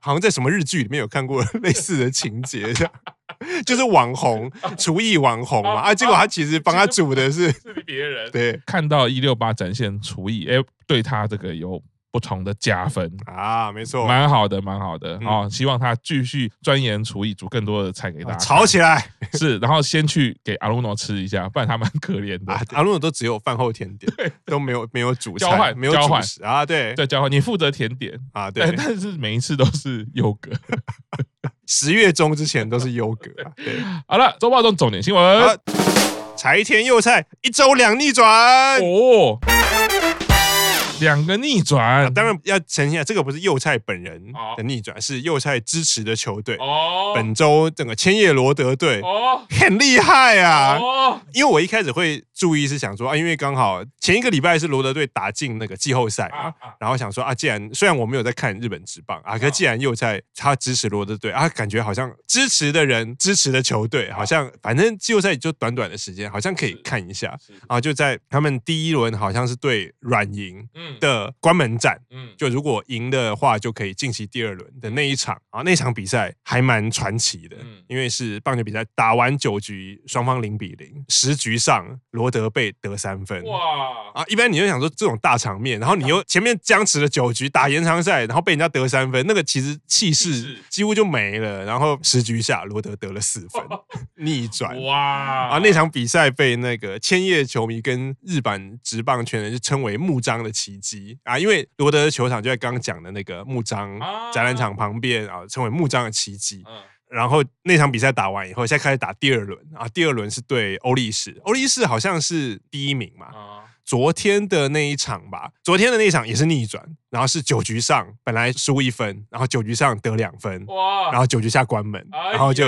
Speaker 2: 好像在什么日剧里面有看过 [LAUGHS] 类似的情节，这样就是网红厨艺网红嘛啊，结果他其实帮他煮的是
Speaker 1: 是别人
Speaker 2: 对
Speaker 1: 看到一六八展现厨艺，哎，对他这个有不同的加分。
Speaker 2: 啊，没错，
Speaker 1: 蛮好的，蛮好的
Speaker 2: 嗯
Speaker 1: 哦！希望他继续钻研厨艺，煮更多的菜给大家。
Speaker 2: 吵起来
Speaker 1: 是，然后先去给阿鲁诺吃一下，不然他蛮可怜的
Speaker 2: 啊。！阿鲁都只有饭后甜点，都没有没有主
Speaker 1: 交
Speaker 2: 菜，
Speaker 1: 换
Speaker 2: 没有
Speaker 1: 交
Speaker 2: 主
Speaker 1: 换
Speaker 2: 食啊，对
Speaker 1: 再交换，你负责甜点，
Speaker 2: 啊
Speaker 1: 但
Speaker 2: 对，
Speaker 1: 哎但是每一次都是优格。
Speaker 2: 十月中之前都是优格啊，对，
Speaker 1: 好了，周报中重点新闻
Speaker 2: 好柴田佑菜一周两逆转。
Speaker 1: 哦，两个逆转
Speaker 2: 啊当然要澄清一下，这个不是幼菜本人
Speaker 1: 哦
Speaker 2: 的逆转，是幼菜支持的球队。
Speaker 1: 哦
Speaker 2: 本周整个千叶罗德队
Speaker 1: 哦
Speaker 2: 很厉害啊！
Speaker 1: 哦
Speaker 2: 因为我一开始会注意是想说啊，因为刚好前一个礼拜是罗德队打进那个季后赛嘛
Speaker 1: 啊啊
Speaker 2: 然后想说啊，既然虽然我没有在看日本职棒啊，可既然又在他支持罗德队啊，感觉好像支持的人支持的球
Speaker 1: 啊
Speaker 2: 队，好像反正季后赛就短短的时间，好像可以看一下
Speaker 1: 是
Speaker 2: 啊。就在他们第一轮好像是对软银
Speaker 1: 嗯
Speaker 2: 的关门战，
Speaker 1: 嗯
Speaker 2: 就如果赢的话，就可以晋级第二轮的那一场啊，那场比赛还蛮传奇的
Speaker 1: 嗯，
Speaker 2: 因为是棒球比赛，打完九局，双方零比零，十局上罗德被得三分。
Speaker 1: 哇啊
Speaker 2: 啊，一般你就想说这种大场面，然后你又前面僵持了九局打延长赛，然后被人家得三分，那个其实气
Speaker 1: 气
Speaker 2: 势
Speaker 1: 势
Speaker 2: 几乎就没了。然后十局下，罗德得了四
Speaker 1: [LAUGHS]
Speaker 2: 分，逆转。
Speaker 1: 哇
Speaker 2: 啊，那场比赛被那个千叶球迷跟日版职棒圈人就称为木章的奇迹啊，因为罗德的球场就在刚刚讲的那个木章
Speaker 1: 啊
Speaker 2: 展览场旁边啊，称为木章的奇迹。
Speaker 1: 嗯
Speaker 2: 然后那场比赛打完以后，现在开始打第二轮啊，第二轮是对欧力士，欧力士好像是第一名嘛，
Speaker 1: 啊
Speaker 2: 昨天的那一场吧，昨天的那一场也是逆转，然后是九局上本来输一分，然后九局上得两分，
Speaker 1: 哇
Speaker 2: 然后九局下关门，
Speaker 1: 哎呀
Speaker 2: 然后就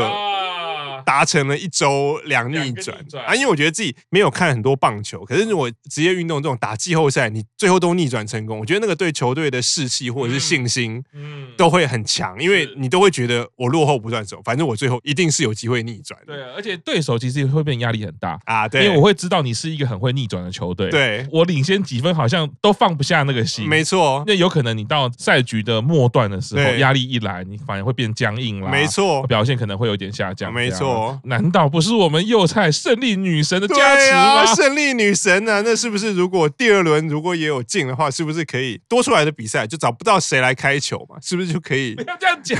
Speaker 2: 达成了一周两逆转
Speaker 1: 两个逆转
Speaker 2: 啊！因为我觉得自己没有看很多棒球，可是如果职业运动这种打季后赛，你最后都逆转成功，我觉得那个对球队的士气或者是信心
Speaker 1: 嗯
Speaker 2: 都会很强，因为
Speaker 1: 是
Speaker 2: 你都会觉得我落后不算什么，反正我最后一定是有机会逆转的。
Speaker 1: 对，而且对手其实也会变压力很大。
Speaker 2: 啊，
Speaker 1: 因
Speaker 2: 对，
Speaker 1: 为我会知道你是一个很会逆转的球队，
Speaker 2: 对
Speaker 1: 我领先几分好像都放不下那个心，
Speaker 2: 没
Speaker 1: [LAUGHS]
Speaker 2: 错，
Speaker 1: 那有可能你到赛局的末段的时候，
Speaker 2: 对
Speaker 1: 压力一来，你反而会变僵硬啦。
Speaker 2: 没，错，
Speaker 1: 表现可能会有点下降。
Speaker 2: 没错
Speaker 1: 这样，难道不是我们右菜胜利女神的
Speaker 2: 对
Speaker 1: 加持
Speaker 2: 啊，
Speaker 1: 吗？
Speaker 2: 胜利女神呢、那是不是如果第二轮如果也有进的话，是不是可以多出来的比赛就找不到谁来开球嘛？是不是就可以
Speaker 1: 不 [LAUGHS] 要这样讲，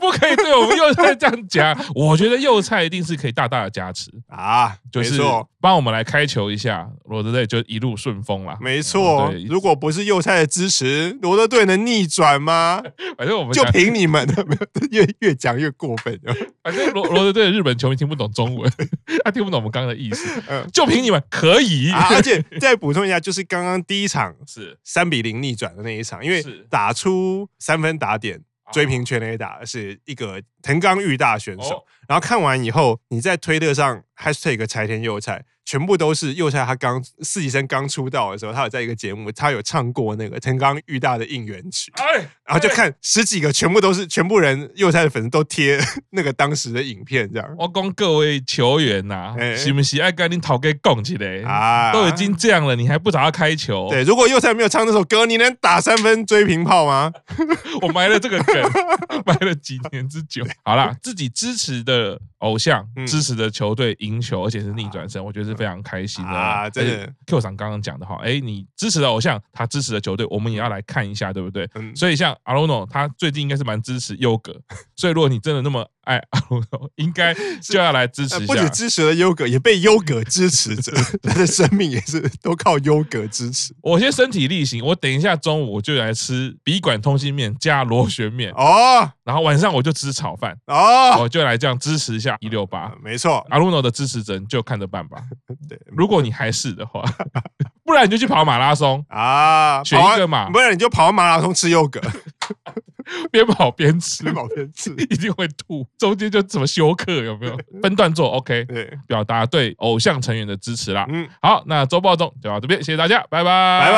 Speaker 1: 不可以对我们右菜这样讲。我觉得右菜一定是可以大大的加持，
Speaker 2: 啊？
Speaker 1: 就是
Speaker 2: 没错，
Speaker 1: 帮我们来开球一下，罗德队就一路顺风啦。
Speaker 2: 没错
Speaker 1: 哦对。
Speaker 2: 如果不是右菜的支持，罗德队能逆转吗？
Speaker 1: 反 [LAUGHS] 正我们
Speaker 2: 就
Speaker 1: 讲，
Speaker 2: 凭你们，没有 [LAUGHS] 越越讲越过
Speaker 1: [LAUGHS]
Speaker 2: 分。
Speaker 1: 反正罗罗德队的日本球迷听不懂中文， [LAUGHS] 他听不懂我们刚刚的意思
Speaker 2: 嗯，
Speaker 1: 就凭你们可以。
Speaker 2: 啊、而且再补充一下，就是刚刚第一场
Speaker 1: [LAUGHS] 是
Speaker 2: 三比零逆转的那一场，因为
Speaker 1: 是啊
Speaker 2: 打出三分打点追平全垒打是一个藤冈裕大选手。
Speaker 1: 哦
Speaker 2: 然后看完以后，你在推特上 hashtag 柴田佑菜，全部都是佑菜他刚四级生刚出道的时候，他有在一个节目，他有唱过那个藤冈裕大的应援曲。
Speaker 1: 哎，
Speaker 2: 然后就看十几个，全部都是全部人佑菜的粉丝都贴 [LAUGHS] 那个当时的影片这样
Speaker 1: 我讲各位球员呐、
Speaker 2: 哎
Speaker 1: 是不是爱跟你讨个讲起来
Speaker 2: 啊
Speaker 1: 都已经这样了，你还不找他开球？
Speaker 2: 对。如果佑菜没有唱这首歌，你能打三分追平炮吗？
Speaker 1: [LAUGHS] 我埋了这个梗， [LAUGHS] 埋了几年之久。好啦，自己支持的偶像、
Speaker 2: 嗯
Speaker 1: 支持的球队赢球，而且是逆转胜，我觉得是非常开心的
Speaker 2: 啊真的。
Speaker 1: 而且 Q 厂刚刚讲的哈，哎，你支持的偶像，他支持的球队，我们也要来看一下，对不对？
Speaker 2: 嗯，
Speaker 1: 所以像阿罗诺，他最近应该是蛮支持优格，所以如果你真的那么爱阿罗诺，应
Speaker 2: [LAUGHS]
Speaker 1: 该就要来支持
Speaker 2: 呃
Speaker 1: 一
Speaker 2: 不止
Speaker 1: 下。
Speaker 2: 支持了优格，也被优格支
Speaker 1: [LAUGHS]
Speaker 2: 持着，他的生命也是都靠优格支持。
Speaker 1: 我先身体力行，我等一下中午我就来吃笔管通心面加螺旋面，
Speaker 2: 哦
Speaker 1: 然后晚上我就吃炒饭，
Speaker 2: 哦，
Speaker 1: 我就来这样支持一下一六八。
Speaker 2: 没错，
Speaker 1: 阿鲁诺的支持者你就看着办吧。
Speaker 2: 啊对
Speaker 1: 如果你还是的话， [LAUGHS] 不然你就去跑马拉松，
Speaker 2: 啊，
Speaker 1: 选
Speaker 2: 跑
Speaker 1: 一个嘛
Speaker 2: 不然你就跑马拉松吃优格，
Speaker 1: [LAUGHS]
Speaker 2: [LAUGHS]
Speaker 1: 边跑边吃
Speaker 2: 吃，饱 [LAUGHS] 边吃。
Speaker 1: 一定会吐。中间就怎么休克有没有？分段做
Speaker 2: [LAUGHS]
Speaker 1: OK，
Speaker 2: 对，
Speaker 1: 表达对偶像成员的支持啦。
Speaker 2: 嗯，
Speaker 1: 好，那周报中就到这边，谢谢大家，拜拜，
Speaker 2: 拜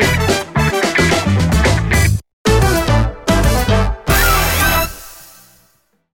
Speaker 2: 拜。